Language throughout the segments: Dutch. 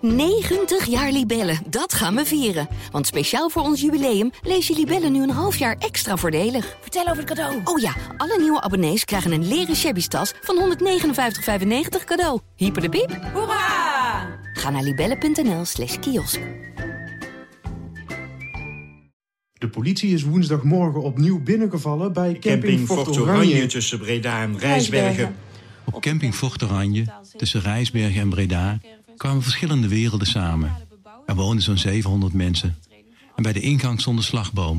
90 jaar Libellen, dat gaan we vieren. Want speciaal voor ons jubileum lees je Libellen nu een half jaar extra voordelig. Vertel over het cadeau. Oh ja, alle nieuwe abonnees krijgen een leren shabby tas van 159,95 cadeau. Hyper de piep. Hoera! Ga naar libellen.nl slash kiosk. De politie is woensdagmorgen opnieuw binnengevallen bij camping, Camping Fort Fort Oranje. Oranje tussen Breda en Rijsbergen. Op camping Fort Oranje, tussen Rijsbergen en Breda, kwamen verschillende werelden samen. Er woonden zo'n 700 mensen. En bij de ingang stond een slagboom.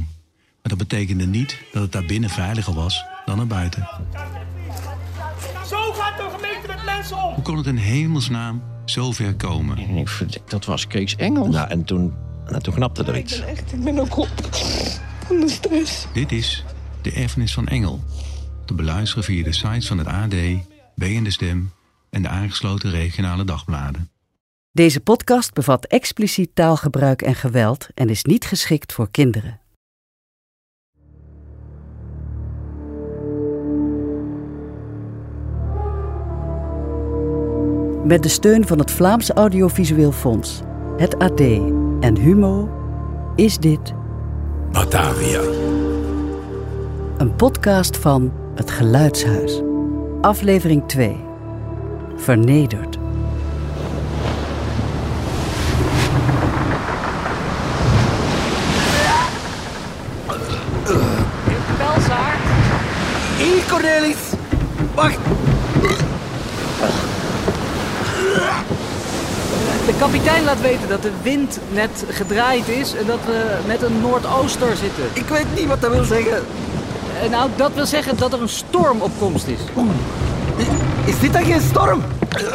Maar dat betekende niet dat het daar binnen veiliger was dan er buiten. Zo gaat de gemeente met mensen om. Hoe kon het in hemelsnaam zo ver komen? En ik vond, dat was Kees Engels. Nou, en toen, nou, toen knapte er iets. Dit is De Erfenis van Engel. Te beluisteren via de sites van het AD, BN De Stem en de aangesloten regionale dagbladen. Deze podcast bevat expliciet taalgebruik en geweld en is niet geschikt voor kinderen. Met de steun van het Vlaams Audiovisueel Fonds, het AD en Humo is dit Batavia. een podcast van Het Geluidshuis. Aflevering 2. Vernederd. Hier, Cornelis! Wacht! De kapitein laat weten dat de wind net gedraaid is en dat we met een noordooster zitten. Ik weet niet wat dat wil zeggen. Eh, Nou, dat wil zeggen dat er een storm op komst is. Is dit dan geen storm?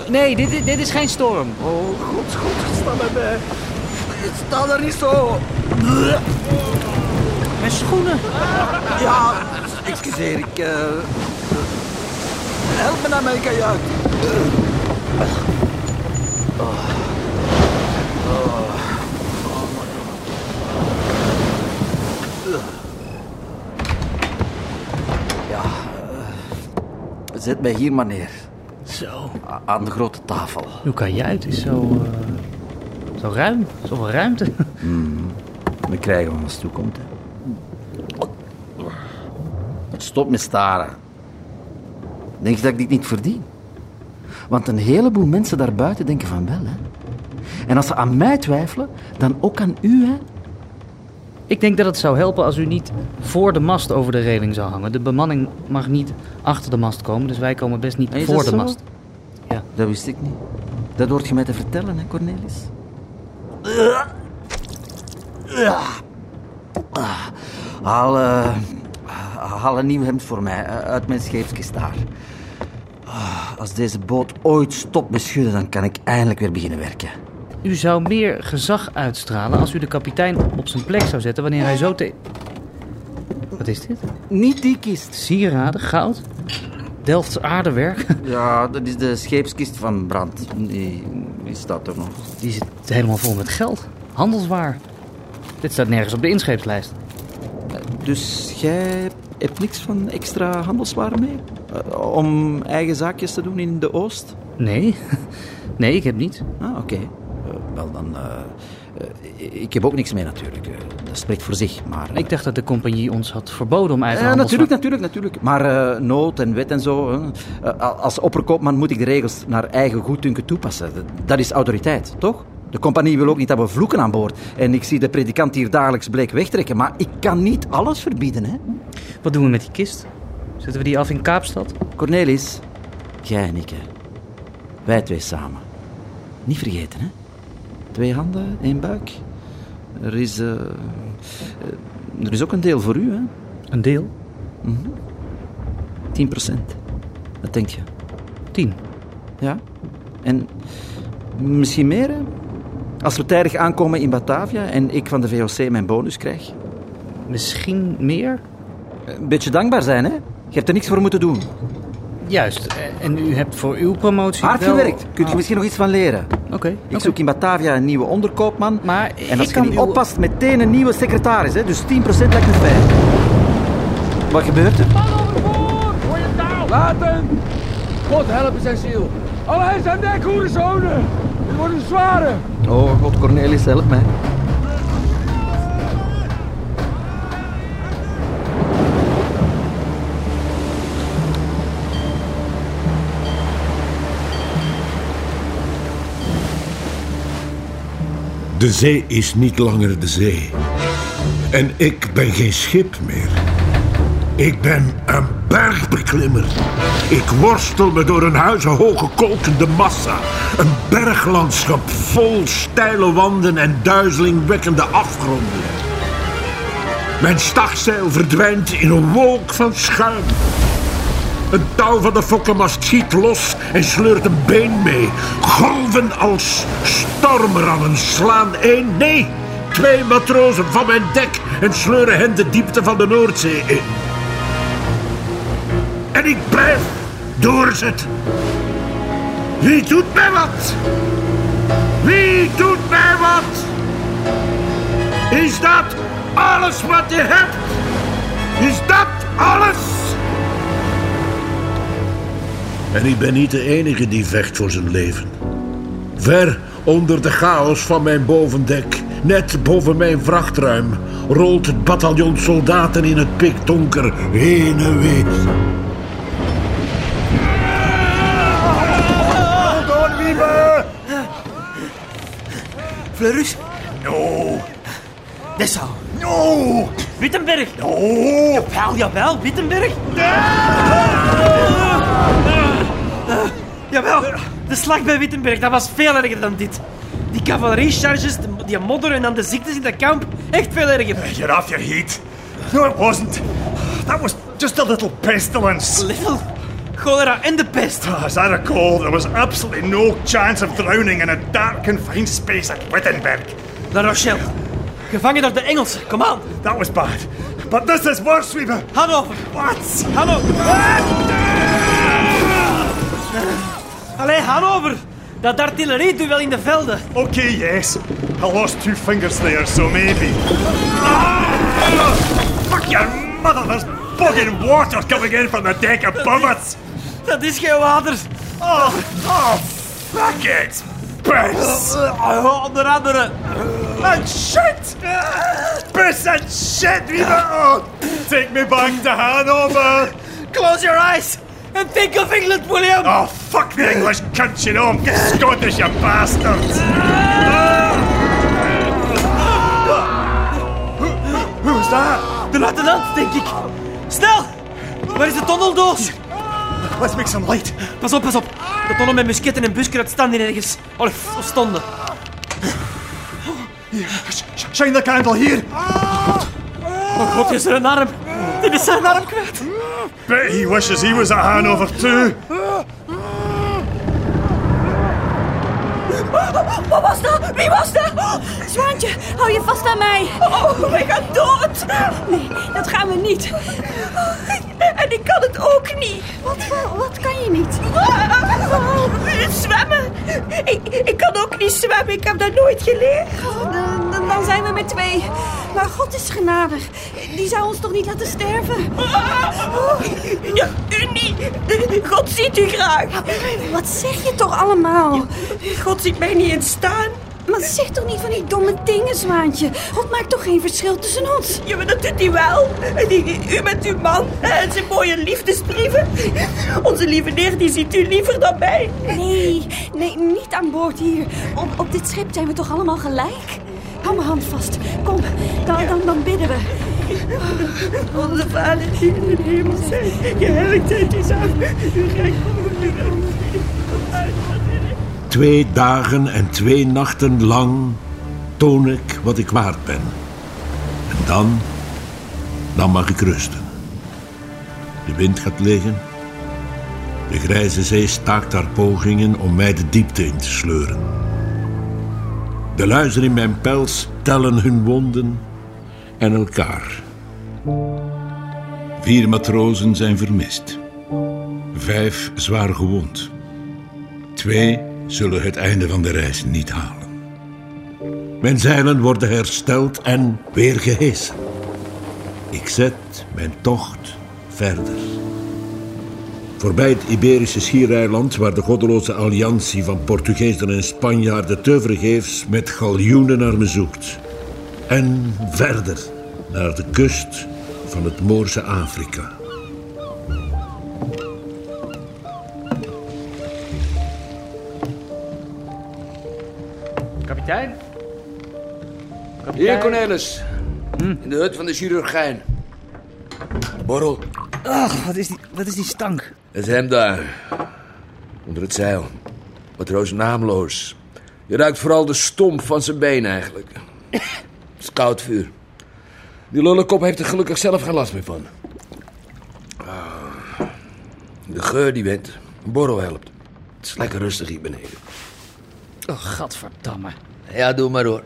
Nee, dit, dit- dit is geen storm. Oh, god, god, sta mij bij. Sta eh, er niet zo. Mijn schoenen. Ja, excuseer, ik... eh, help me naar mijn kajuit. Ja, eh, zet mij hier maar neer. Zo. A- Aan de grote tafel. Hoe kan jij Het is zo, eh, zo ruim. Zoveel ruimte. Hmm. We krijgen wat ons toekomt. hè. Stop met staren. Denk je dat ik dit niet verdien? Want een heleboel mensen daarbuiten denken van wel. Hè? En als ze aan mij twijfelen, dan ook aan u. Hè? Ik denk dat het zou helpen als u niet voor de mast over de reling zou hangen. De bemanning mag niet achter de mast komen, dus wij komen best niet Is voor dat de zo? mast. Dat wist ik niet. Dat hoort je mij te vertellen, hè, Cornelis? Haal, eh, haal een nieuw hemd voor mij eh, uit mijn scheepskist daar. Ah, Als deze boot ooit stopt met schudden, dan kan ik eindelijk weer beginnen werken. U zou meer gezag uitstralen als u de kapitein op zijn plek zou zetten wanneer hij zo te... Wat is dit? Niet die kist. Sieraden, goud, Delfts aardewerk. Ja, dat is de scheepskist van Brand. Die, die staat er nog. Die zit helemaal vol met geld. Handelswaar. Dit staat nergens op de inscheepslijst. Dus jij hebt niks van extra handelswaar mee? Eh, om eigen zaakjes te doen in de Oost? Nee. Nee, ik heb niet. Ah, oké. Eh, wel dan. eh, eh, ik heb ook niks mee natuurlijk. Eh, dat spreekt voor zich. Maar. Ik dacht dat de compagnie ons had verboden om eigen Ja, handelswaar- natuurlijk, natuurlijk, natuurlijk. Maar eh, nood en wet en zo. hè. Eh, a- als opperkoopman moet ik de regels naar eigen goeddunken toepassen. Dat, dat is autoriteit, toch? De compagnie wil ook niet dat we vloeken aan boord. En ik zie de predikant hier dagelijks bleek wegtrekken. Maar ik kan niet alles verbieden, hè? Wat doen we met die kist? Zetten we die af in Kaapstad? Cornelis, jij en ik, hè. Wij twee samen. Niet vergeten, hè. Twee handen, één buik. Er is... eh, eh, er is ook een deel voor u, hè. Een deel? 10 procent. Dat denk je, Tien. ja. En misschien meer, hè. Als we tijdig aankomen in Batavia en ik van de VOC mijn bonus krijg. Misschien meer? Een beetje dankbaar zijn, hè. Je hebt er niks voor moeten doen. Juist. eh, En u hebt voor uw promotie Hard wel- gewerkt. Kunt je Ah, misschien nog iets van leren. Oké. Ik oké. zoek in Batavia een nieuwe onderkoopman. Maar en ik als je kan niet uw- oppast, meteen een nieuwe secretaris. Hè? Dus 10% lijkt me fijn. Wat gebeurt er? Man overboord! Hoor je het nou? Laat hem! God helpen zijn ziel. Allee, zijn nek, hoerenzonen! wordt een zware. Oh god, Cornelis, help mij. De zee is niet langer de zee. En ik ben geen schip meer. Ik ben een bergbeklimmer. Ik worstel me door een huizenhoge kolkende massa. Een berglandschap vol steile wanden en duizelingwekkende afgronden. Mijn stagzeil verdwijnt in een wolk van schuim. Een touw van de fokkenmast schiet los en sleurt een been mee. Golven als stormrammen slaan één, nee, twee matrozen van mijn dek en sleuren hen de diepte van de Noordzee in. En ik blijf doorzetten. Wie doet mij wat? Wie doet mij wat? Is dat alles wat je hebt? Is dat alles? En ik ben niet de enige die vecht voor zijn leven. Ver onder de chaos van mijn bovendek, net boven mijn vrachtruim, rolt het bataljon soldaten in het pikdonker heen en weer. Fleurus? No. Dessau? No. Wittenberg? No. Jawel, jawel, Wittenberg? Eh, jawel, de slag bij Wittenberg, dat was veel erger dan dit. Die cavalerie-charges, de- die modder en dan de ziektes in dat kamp, echt veel erger. Get off your heat. No, it wasn't. That was just a little pestilence. Little? Cholera and the pest. As I recall, there was absolutely no chance of drowning in a dark, confined space at Wittenberg. La Rochelle. Gevangen door de Engelsen, kom aan. That was bad. But this is worse, Weaver. Hannover. What? Hannover. Allee, Hannover. Dat artillerieduel in de velden. Okay, yes. I lost two fingers there, so maybe. Ah! Fuck your mother, there's fucking water coming in from the deck above us. Dat is geen water. Oh, oh fuck it. Piss. Onder andere. And shit. Piss and shit, Weaver. Oh, take me back to Hanover. Close your eyes and think of England, William. Oh, fuck the English cunt, you know. I'm Scottish, you bastards. Who was that? De luitenant, denk ik. Snel! Waar is de tunneldoos? Let's make some light. Pas op, pas op. De tonnen met musketten en buskruid staan hier ergens. Of of stonden. Sh- sh- Shine the candle here. Oh god, is er een arm? Dit is zijn arm kwijt. Bet he wishes he was at Hanover too. Wat was dat? Wie was dat? Zwaantje, hou je vast aan mij. Oh, wij gaan dood. Nee, dat gaan we niet. En ik kan het ook niet. Wat, wat kan je niet? Oh, Zwemmen. Ik, ik kan ook niet zwemmen. Ik heb dat nooit geleerd. Oh, Dan, dan zijn we met twee. Maar God is genadig. Die zou ons toch niet laten sterven? Ja, u niet. God ziet u graag. Wat zeg je toch allemaal? God ziet mij niet in staan. Maar zeg toch niet van die domme dingen, Zwaantje. God maakt toch geen verschil tussen ons? Ja, maar dat doet hij wel. En die- U met uw man en zijn mooie liefdesbrieven. Onze lieve neer, die ziet u liever dan mij. Nee, nee, niet aan boord hier. Op, op dit schip zijn we toch allemaal gelijk? Hou mijn hand vast. Kom, dan, dan, dan bidden we. Onze vader die in de hemel zijn. Geheiligd zijt uw naam. Uw rijk komen, uw wil. Twee dagen en twee nachten lang toon ik wat ik waard ben. En dan, dan mag ik rusten. De wind gaat liggen. De grijze zee staakt haar pogingen om mij de diepte in te sleuren. De luizen in mijn pels tellen hun wonden en elkaar. Vier matrozen zijn vermist. Vijf zwaar gewond. Twee zullen het einde van de reis niet halen. Mijn zeilen worden hersteld en weer gehesen. Ik zet mijn tocht verder. Voorbij het Iberische schiereiland, waar de goddeloze alliantie van Portugezen en Spanjaarden tevergeefs met galjoenen naar me zoekt. En verder naar de kust van het Moorse Afrika. Kapitein? Hier, Cornelis. Hmm? In de hut van de chirurgijn. Borrel. Ach, wat is die, wat is die stank? Het hem daar. Onder het zeil. Maar trouwens naamloos. Je ruikt vooral de stomp van zijn been eigenlijk. Het is koud vuur. Die lullekop heeft er gelukkig zelf geen last meer van. Ah, De geur die went. Een borrel helpt. Het is lekker rustig hier beneden. Oh, gadverdamme. Ja, doe maar hoor.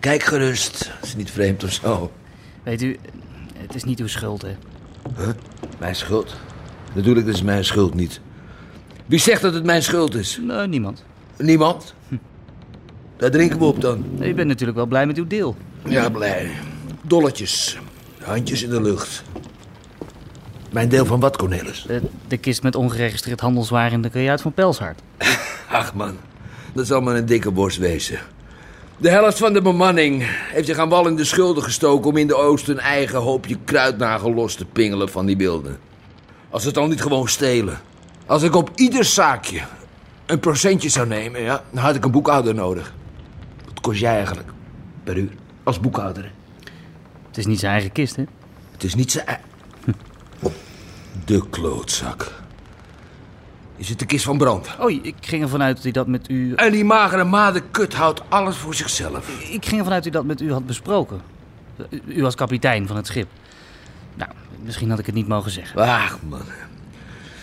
Kijk gerust. Het is niet vreemd of zo. Weet u, het is niet uw schuld, hè? Huh? Mijn schuld? Natuurlijk, dat is mijn schuld niet. Wie zegt dat het mijn schuld is? Nou, niemand. Niemand? Daar drinken we op dan. U bent natuurlijk wel blij met uw deel. Ja, blij. Dolletjes. Handjes in de lucht. Mijn deel van wat, Cornelis? De, Eh, de kist met ongeregistreerd handelswaar in de kajuit van Pelshard. Ach man, dat zal maar een dikke borst wezen. De helft van de bemanning heeft zich aan wal in de schulden gestoken... om in de oost een eigen hoopje kruidnagel los te pingelen van die beelden. Als ze het al niet gewoon stelen. Als ik op ieder zaakje een procentje zou nemen, ja, dan had ik een boekhouder nodig. Wat kost jij eigenlijk per uur als boekhouder? Het is niet zijn eigen kist, hè? Het is niet zijn... ei- De klootzak. Is het de kist van brand? Oh, ik ging ervan uit dat u dat met u... En die magere made kut houdt alles voor zichzelf. Ik ging ervan uit dat u dat met u had besproken. U- U was kapitein van het schip. Nou, misschien had ik het niet mogen zeggen. Ach, man.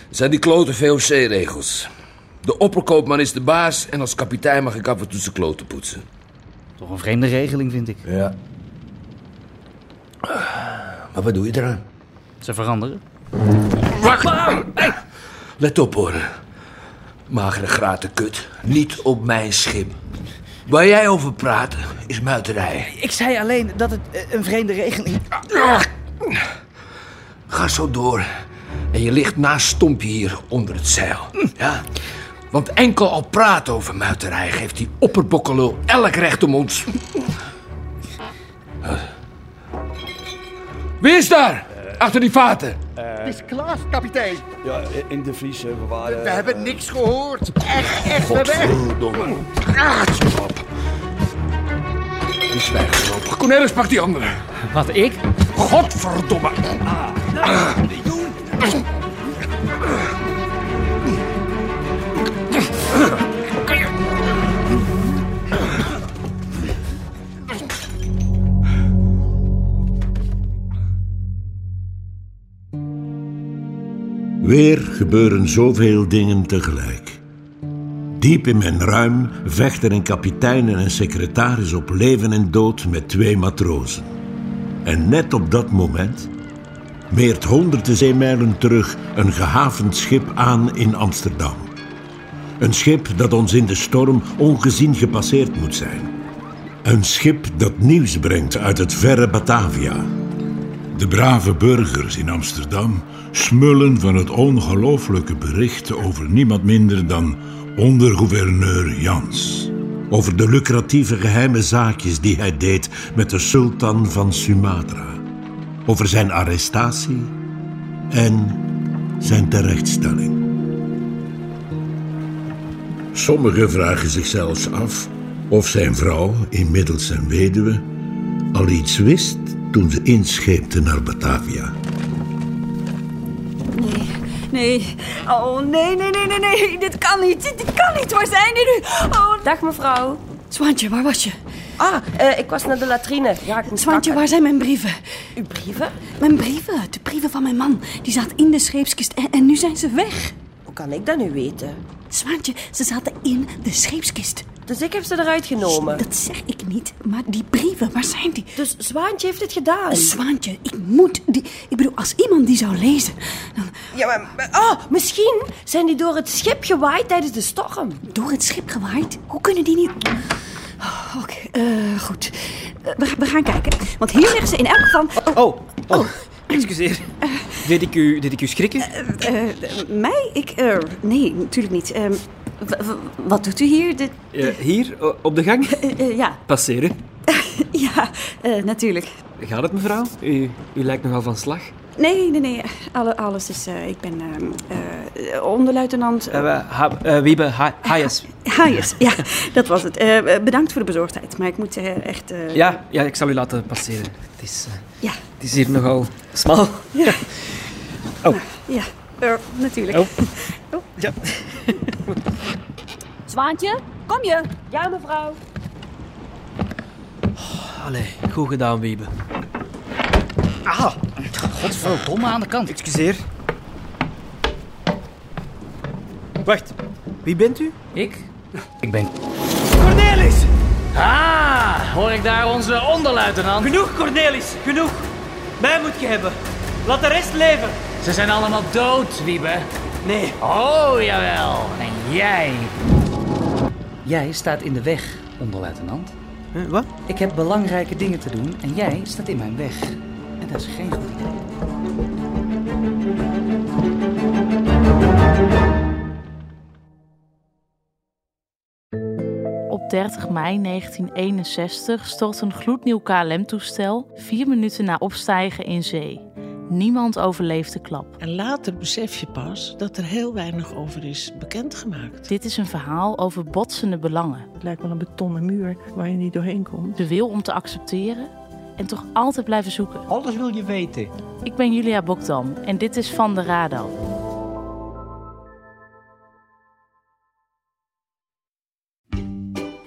Het zijn die klote VOC-regels. De opperkoopman is de baas en als kapitein mag ik af en toe zijn kloten poetsen. Toch een vreemde regeling, vind ik. Ja. Maar wat doe je eraan? Ze veranderen. Wacht! Let op, hoor. Magere graten kut. Niet op mijn schip. Waar jij over praat, is muiterij. Ik zei alleen dat het eh, een vreemde regeling... Ga zo door. En je ligt naast Stompje hier onder het zeil. Ja? Want enkel al praat over muiterij geeft die opperbokkelul elk recht om ons. Wie is daar? Achter die vaten. Het is Klaas, kapitein. Ja, in de Vries, hè, we waren... We hebben niks gehoord. Echt, echt, we hebben echt... Godverdomme. Die zwijgt voorlopig. Cornelis, pak die andere. Wat, ik? Godverdomme. Weer gebeuren zoveel dingen tegelijk. Diep in mijn ruim vechten een kapitein en een secretaris op leven en dood met twee matrozen. En net op dat moment meert honderden zeemijlen terug een gehavend schip aan in Amsterdam. Een schip dat ons in de storm ongezien gepasseerd moet zijn. Een schip dat nieuws brengt uit het verre Batavia. De brave burgers in Amsterdam smullen van het ongelooflijke bericht over niemand minder dan ondergouverneur Jans. Over de lucratieve geheime zaakjes die hij deed met de sultan van Sumatra. Over zijn arrestatie en zijn terechtstelling. Sommigen vragen zich zelfs af of zijn vrouw, inmiddels zijn weduwe, al iets wist toen ze inscheepte naar Batavia. Nee. Oh, nee, nee, nee, nee, nee. Dit kan niet. Dit, dit kan niet. Waar zijn jullie? Oh. Dag, mevrouw. Swantje, waar was je? Ah, eh, ik was naar de latrine. Ja, ik moest Swantje, kakken. waar zijn mijn brieven? Uw brieven? Mijn brieven. De brieven van mijn man. Die zaten in de scheepskist en, en nu zijn ze weg. Hoe kan ik dat nu weten? Swantje, ze zaten in de scheepskist. Dus ik heb ze eruit genomen. Dat zeg ik niet, maar die brieven, waar zijn die? Dus Zwaantje heeft het gedaan. Zwaantje, ik moet die... Ik bedoel, als iemand die zou lezen... Ja, maar, maar- Oh, misschien zijn die door het schip gewaaid tijdens de storm. Door het schip gewaaid? Hoe kunnen die niet... Oh, Oké, eh, goed. Eh, we, we gaan kijken. Want hier liggen ze in elk geval... Oh, oh. Excuseer. Deed ik u, deed ik u schrikken? Eh, eh, mij? Ik, eh, nee, natuurlijk niet. Ehm, w- w- wat doet u hier? Dit- Eh, hier, o- op de gang? eh, eh, ja, Passeren. ja, eh, natuurlijk. Gaat het, mevrouw? U, u lijkt nogal van slag. Nee, nee, nee. Alle, alles is... eh, ik ben ehm, eh, onderluitenant... Eh, we, ha, eh, we hebben ha- haaiers. Hayes, ja, dat was het. Eh, eh, bedankt voor de bezorgdheid, maar ik moet eh, echt... eh, Ja, ja, ik zal u laten passeren. Het is, eh, Ja. het is hier nogal smal. Ja. Oh. Ja, eh, natuurlijk. Oh. Ja. Zwaantje, kom je? Ja, mevrouw. Allee, goed gedaan, Wiebe. Ah, godverdomme aan de kant. Excuseer. Wacht, wie bent u? Ik? Ik ben... Cornelis! Ah, hoor ik daar onze onderluitenant? Genoeg, Cornelis, genoeg. Mij moet je hebben. Laat de rest leven. Ze zijn allemaal dood, Wiebe. Nee. Oh, jawel. En jij? Jij staat in de weg, onderluitenant. wat? Ik heb belangrijke dingen te doen en jij staat in mijn weg. En dat is geen goed idee. Op 30 mei 1961 stort een gloednieuw KLM-toestel vier minuten na opstijgen in zee. Niemand overleeft de klap. En later besef je pas dat er heel weinig over is bekendgemaakt. Dit is een verhaal over botsende belangen. Het lijkt wel een betonnen muur waar je niet doorheen komt. De wil om te accepteren en toch altijd blijven zoeken. Alles wil je weten. Ik ben Julia Bokdam en dit is Van de Radar. Libellen.